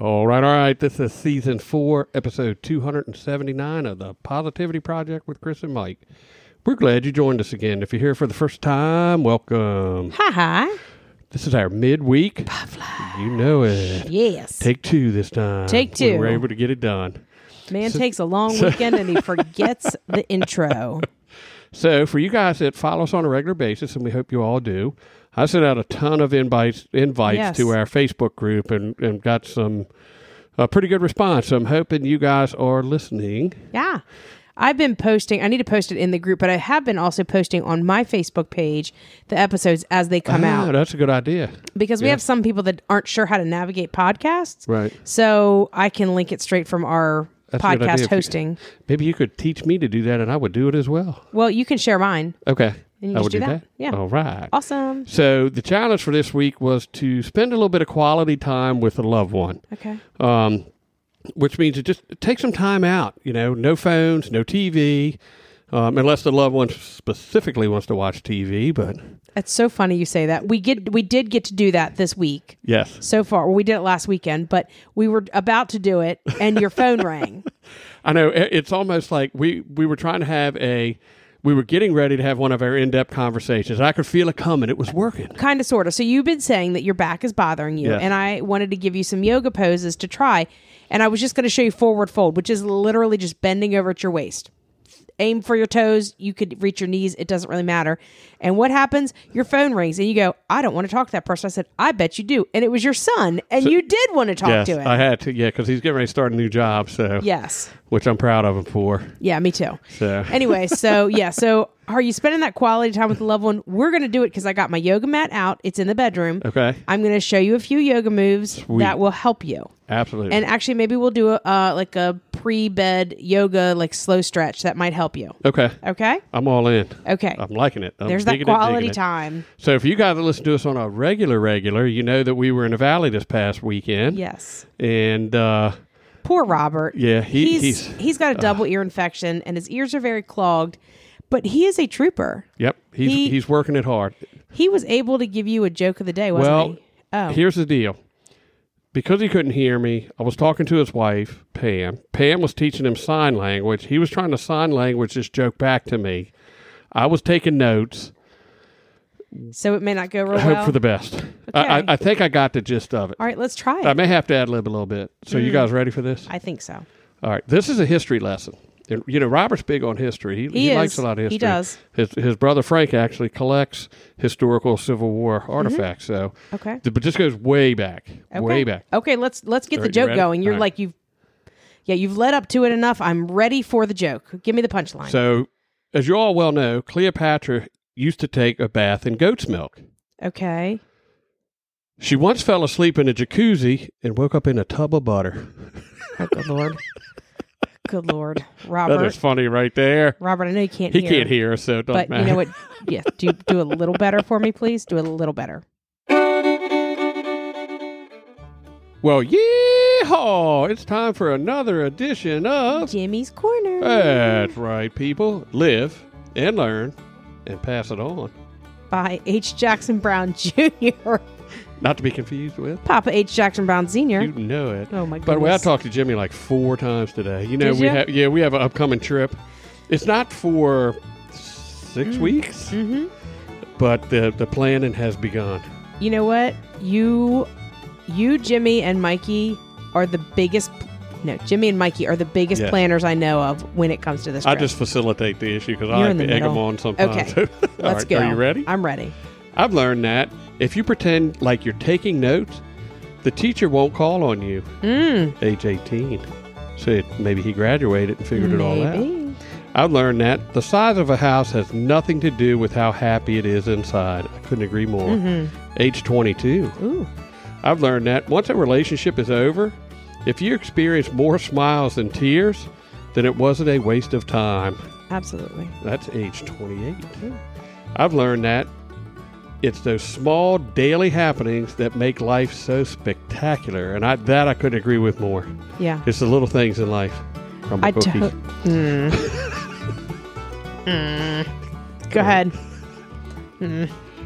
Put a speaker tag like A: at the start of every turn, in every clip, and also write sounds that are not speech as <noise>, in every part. A: All right, all right. This is season four, episode 279 of the Positivity Project with Chris and Mike. We're glad you joined us again. If you're here for the first time, welcome.
B: Hi, hi.
A: This is our midweek. You know it.
B: Yes.
A: Take two this time.
B: Take
A: We
B: two.
A: We're able to get it done.
B: Man takes a long weekend and he
A: <laughs>
B: forgets the intro.
A: So, for you guys that follow us on a regular basis, and we hope you all do, I sent out a ton of invites invites
B: Yes.
A: to our Facebook group and, and got some a pretty good response. So I'm hoping you guys are listening.
B: Yeah. I've been posting, I need to post it in the group, but I have been also posting on my Facebook page the episodes as they come
A: Ah,
B: out
A: that's a good idea.
B: because we
A: yeah.
B: have some people that aren't sure how to navigate podcasts.
A: Right.
B: So I can link it straight from our
A: That's a good idea if
B: podcast
A: you-
B: hosting.
A: Maybe you could teach me to do that, and I would do it as well.
B: Well, you can share mine.
A: Okay,
B: And you
A: I would
B: just do that. Yeah.
A: All right.
B: Awesome.
A: So the challenge for this week was to spend a little bit of quality time with a loved one,
B: Okay.
A: um, which means to just take some time out. You know, no phones, no TV, um, unless the loved one specifically wants to watch TV. But
B: It's so funny you say that. We get we did get to do that this week.
A: yes,
B: so far. Well, we did it last weekend, but we were about to do it, and your phone
A: <laughs>
B: rang.
A: I know i- it's almost like we we were trying to have a. We were getting ready to have one of our in-depth conversations. I could feel it coming. It was working.
B: Kind of, sort of. So you've been saying that your back is bothering you,
A: Yeah.
B: and I wanted to give you some yoga poses to try. And I was just going to show you forward fold, which is literally just bending over at your waist. Aim for your toes. You could reach your knees. It doesn't really matter. And what happens? Your phone rings, and you go, "I don't want to talk to that person." I said, "I bet you do." And it was your son, and you did want to talk
A: yes,
B: to him.
A: I had to. Yeah, because he's getting ready to start a new job. So
B: yes.
A: which I'm proud of him for.
B: Yeah, me too.
A: So.
B: anyway, so yeah, so are you spending that quality time with a loved one? We're gonna do it because I got my yoga mat out. It's in the bedroom.
A: Okay.
B: I'm gonna show you a few yoga moves that will help you.
A: Absolutely.
B: And actually, maybe we'll do a uh, like a pre-bed yoga like slow stretch that might help you.
A: okay.
B: Okay.
A: I'm all in.
B: Okay.
A: I'm liking it. I'm
B: There's that
A: digging it, digging
B: quality
A: it.
B: time.
A: So if you guys that listen to us on a regular regular, you know that we were in the valley this past weekend.
B: Yes.
A: And uh
B: Poor Robert.
A: Yeah, he-
B: he's
A: he's- uh,
B: he's got a double ear infection and his ears are very clogged, but he is a trooper.
A: yep, he's
B: He-
A: he's working it hard.
B: He was able to give you a joke of the day, wasn't
A: Well,
B: he? Oh,
A: Here's the deal. Because he couldn't hear me, I was talking to his wife, Pam. Pam was teaching him sign language. He was trying to sign language this joke back to me. I was taking notes.
B: so it may not go real
A: I
B: well.
A: hope for the best. I, I,
B: Okay.
A: I think I got the gist of it.
B: All right, Mm. let's try it.
A: I may have to ad lib a little bit. So, you guys ready for this?
B: I think so.
A: All right. This is a history lesson. And, you know, Robert's big on history. He,
B: He
A: likes
B: is.
A: a lot of
B: He
A: history.
B: does.
A: His, his brother Frank actually collects historical Civil War
B: Mm-hmm.
A: artifacts. So,
B: Okay.
A: th- but this goes way back,
B: Okay.
A: way back.
B: Okay, let's let's get
A: All
B: the
A: right, you
B: joke
A: ready?
B: going. You're
A: All right.
B: like you've Yeah, you've led up to it enough. I'm ready for the joke. Give me the punchline.
A: So, as you all well know, Cleopatra used to take a bath in goat's milk.
B: okay.
A: She once fell asleep in a jacuzzi and woke up in a tub of butter.
B: Oh good lord. good lord.
A: <laughs> That
B: Robert.
A: is funny right there.
B: Robert, I know you can't
A: He
B: hear.
A: can't hear, Oh, so it doesn't
B: But
A: matter.
B: you
A: <laughs>
B: know what? Yeah, do do a little better for me, please. Do a little better.
A: Well, yeehaw! It's time for another edition of.
B: Jimmy's corner.
A: That's right, people. Live and learn and pass it on.
B: By H. Jackson Brown Jr.
A: Not to be confused with.
B: <laughs> Papa H. Jackson Brown Sr.
A: You know it.
B: Oh, my
A: By the way, I
B: goodness.
A: talked to Jimmy like four times today. You know
B: Did
A: we
B: ya?
A: have yeah we have an upcoming trip. It's not for six weeks,
B: Mhm.
A: but the the planning has begun.
B: You know what? You, you, Jimmy and Mikey are the biggest. No, Jimmy and Mikey are the biggest
A: Yes.
B: planners I know of when it comes to this.
A: I
B: trip.
A: just facilitate the issue because I
B: You're
A: like
B: in
A: to
B: the
A: egg them
B: middle.
A: on sometimes. <laughs>
B: Okay.
A: All
B: let's
A: right,
B: go.
A: Are you ready?
B: I'm ready.
A: I've learned that if you pretend like you're taking notes, the teacher won't call on you.
B: Mm,
A: Age 18. So it- maybe he graduated and figured it all out.
B: maybe.
A: I've learned that the size of a house has nothing to do with how happy it is inside. I couldn't agree more. Age 22.
B: Mm-hmm. Ooh,
A: I've learned that once a relationship is over, If you experience more smiles than tears, then it wasn't a waste of time.
B: Absolutely.
A: That's age 28. I've learned that it's those small daily happenings that make life so spectacular, and I, that I couldn't agree with more.
B: Yeah.
A: It's the little things in life. Crumble
B: I to-
A: cookies.
B: Mm. Mm. Go ahead.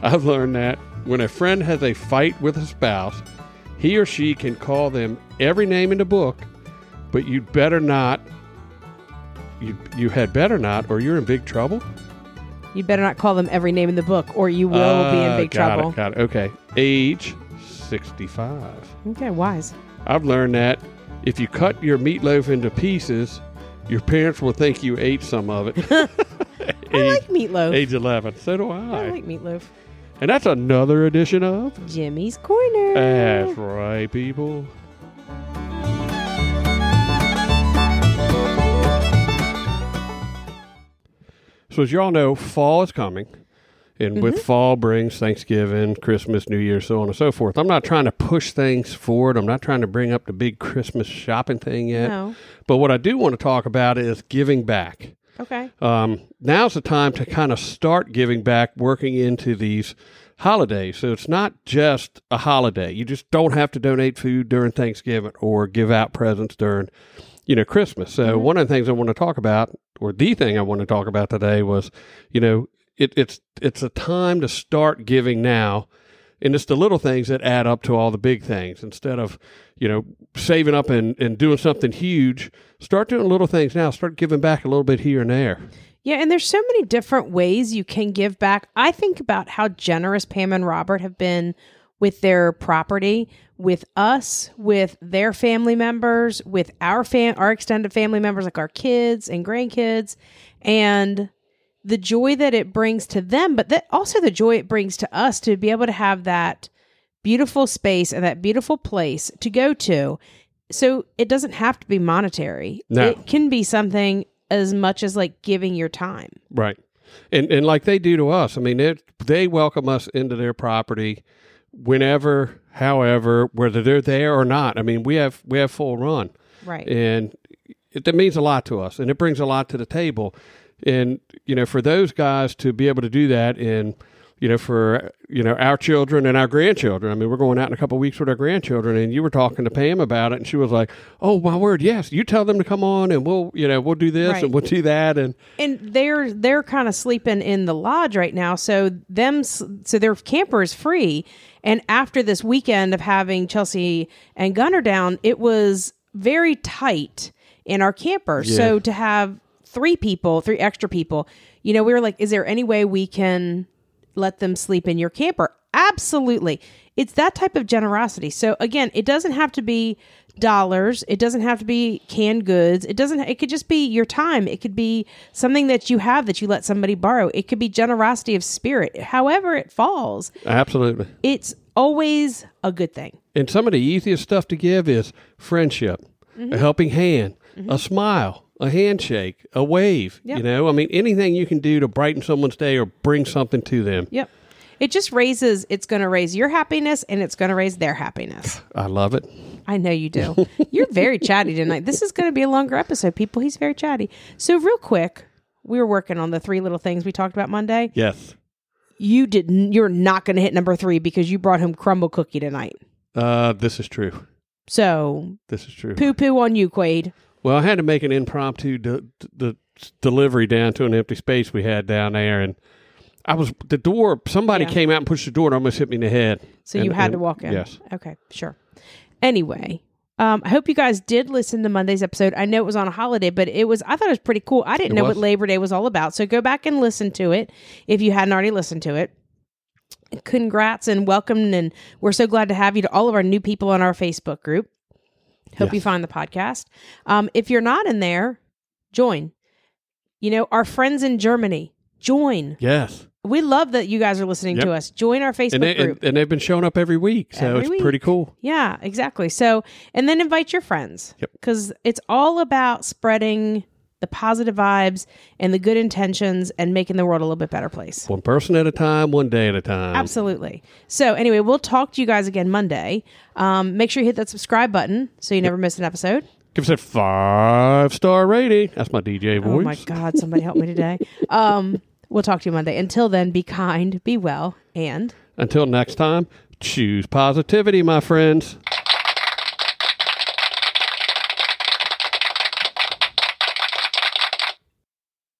A: I've learned that when a friend has a fight with a spouse, he or she can call them every name in the book, but you'd better not. You, you had better not, or you're in big trouble.
B: You better not call them every name in the book, or you will be in
A: Ah,
B: big
A: got
B: trouble.
A: It, got it. Okay. Age 65.
B: Okay, wise.
A: I've learned that if you cut your meatloaf into pieces, your parents will think you ate some of it.
B: <laughs> I
A: age,
B: like meatloaf.
A: age 11. So do
B: I
A: I.
B: like meatloaf.
A: and that's another edition of.
B: Jimmy's Corner.
A: That's right, people. So, as y'all know, fall is coming. And with fall brings Thanksgiving, Christmas, New Year, so on and so forth. I'm not trying to push things forward. I'm not trying to bring up the big Christmas shopping thing yet.
B: No.
A: But what I do want to talk about is giving back
B: Okay.
A: um, now's the time to kind of start giving back, working into these holidays. So it's not just a holiday. You just don't have to donate food during Thanksgiving or give out presents during, you know, Christmas. So one of the things I want to talk about, or the thing I want to talk about today, was, you know, it, it's it's a time to start giving now. And it's the little things that add up to all the big things. Instead of, you know, saving up and, and doing something huge, start doing little things now. Start giving back a little bit here and there.
B: Yeah, and there's so many different ways you can give back. I think about how generous Pam and Robert have been with their property, with us, with their family members, with our fam our extended family members like our kids and grandkids and the joy that it brings to them, but that also the joy it brings to us to be able to have that beautiful space and that beautiful place to go to. So it doesn't have to be monetary.
A: No.
B: It can be something as much as like giving your time.
A: Right. And and like they do to us. I mean, they they welcome us into their property whenever, however, whether they're there or not. I mean, we have we have full run.
B: Right.
A: And it, that means a lot to us and it brings a lot to the table. And you know, for those guys to be able to do that and you know, for you know our children and our grandchildren. I mean, we're going out in a couple of weeks with our grandchildren, and you were talking to Pam about it, and she was like, "Oh my word, yes! You tell them to come on, and we'll you know we'll do this
B: Right.
A: and we'll do that." And
B: And they're they're kind of sleeping in the lodge right now, so them s- so their camper is free. And after this weekend of having Chelsea and Gunner down, it was very tight in our camper. So to have three people, three extra people, you know, we were like, is there any way we can let them sleep in your camper. Absolutely. It's that type of generosity. So again, it doesn't have to be dollars, it doesn't have to be canned goods. It doesn't it could just be your time. It could be something that you have that you let somebody borrow. It could be generosity of spirit. However it falls,
A: absolutely,
B: it's always a good thing.
A: And some of the easiest stuff to give is friendship,
B: Mm-hmm.
A: a helping hand, a smile, a handshake, a wave. You know, I mean, anything you can do to brighten someone's day or bring something to them.
B: Yep. It just raises it's going to raise your happiness and it's going to raise their happiness.
A: I love it.
B: I know you do. You're very chatty tonight. This is going to be a longer episode, people. He's very chatty. So, real quick, we were working on the three little things we talked about Monday.
A: Yes.
B: You didn't. You're not going to hit number three because you brought home crumble cookie tonight.
A: Uh, this is true.
B: So,
A: This is true.
B: poo poo on you, Quade.
A: Well, I had to make an impromptu de- de- delivery down to an empty space we had down there, and I was the door. Somebody
B: Yeah.
A: came out and pushed the door and almost hit me in the head.
B: So
A: And-
B: you had
A: and-
B: to walk in.
A: Yes.
B: Okay. Sure. Anyway, um, I hope you guys did listen to Monday's episode. I know it was on a holiday, but it was I thought it was pretty cool. I didn't
A: It
B: know
A: was.
B: what Labor Day was all about, so go back and listen to it if you hadn't already listened to it. Congrats and welcome, and we're so glad to have you to all of our new people on our Facebook group. Hope you find the podcast. Um, if you're not in there, join. You know our friends in Germany, join.
A: Yes.
B: We love that you guys are listening
A: Yep.
B: to us. Join our Facebook
A: And, they,
B: group.
A: and, and they've been showing up every week, so
B: Every
A: it's
B: week.
A: pretty cool.
B: Yeah, exactly. So, and then invite your friends
A: Yep.
B: because it's all about spreading the positive vibes and the good intentions and making the world a little bit better place.
A: One person at a time, one day at a time.
B: Absolutely. So, anyway, we'll talk to you guys again Monday. Um, make sure you hit that subscribe button so you never miss an episode.
A: Give us a five star rating. That's my DJ voice.
B: Oh my God, somebody help me today. Um, we'll talk to you Monday. Until then, be kind, be well, and.
A: Until next time, choose positivity, my friends.